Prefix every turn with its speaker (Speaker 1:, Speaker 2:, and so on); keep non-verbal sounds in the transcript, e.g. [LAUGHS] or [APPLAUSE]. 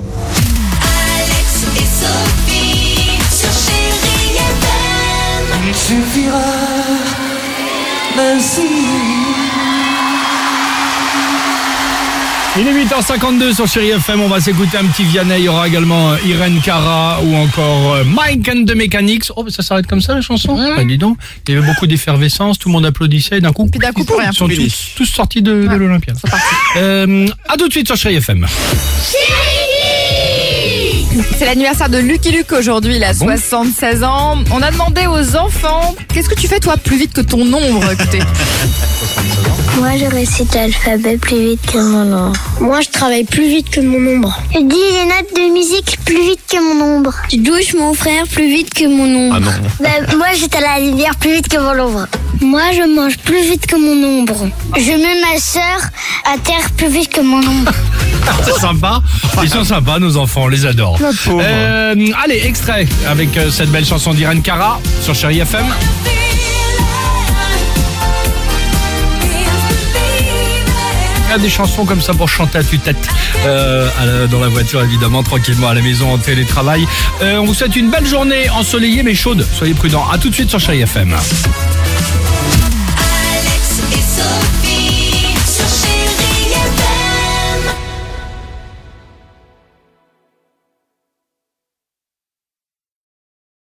Speaker 1: Alex et Sophie sur Chérie FM.
Speaker 2: Il est 8h52 sur Chéri FM, on va s'écouter un petit Vianney, il y aura également euh, Irene Cara ou encore euh, Mike and the Mechanics. Oh, bah, ça s'arrête comme ça la chanson Bah, Dis donc, il y avait beaucoup d'effervescence, tout le monde applaudissait, et d'un coup,
Speaker 3: Puis d'un coup, pour rien.
Speaker 2: ils sont tous, tous sortis de, de l'Olympia. Euh, à tout de suite sur Chéri FM.
Speaker 3: C'est l'anniversaire de Lucky Luke aujourd'hui, il a
Speaker 2: bon
Speaker 3: 76 ans. On a demandé aux enfants qu'est-ce que tu fais toi plus vite que ton ombre Écoutez,
Speaker 4: Moi, je récite l'alphabet plus vite que mon ombre. Moi, je travaille plus vite que mon ombre. Je dis les notes de musique plus vite que mon ombre. Je douche mon frère plus vite que mon ombre. Bah, moi, j'étais à la rivière plus vite que mon ombre. Moi, je mange plus vite que mon ombre. Je mets ma sœur à terre plus vite que mon ombre.
Speaker 2: [LAUGHS] C'est sympa, ils sont sympas nos enfants, on les adore. Euh, allez, extrait avec euh, cette belle chanson d'Irene Cara sur Chéri FM. Il y a des chansons comme ça pour chanter à tue-tête euh, à la- dans la voiture évidemment tranquillement à la maison en télétravail Euh, on vous souhaite une belle journée ensoleillée mais chaude soyez prudents à tout de suite sur Chéri FM
Speaker 1: Alex et Sophie.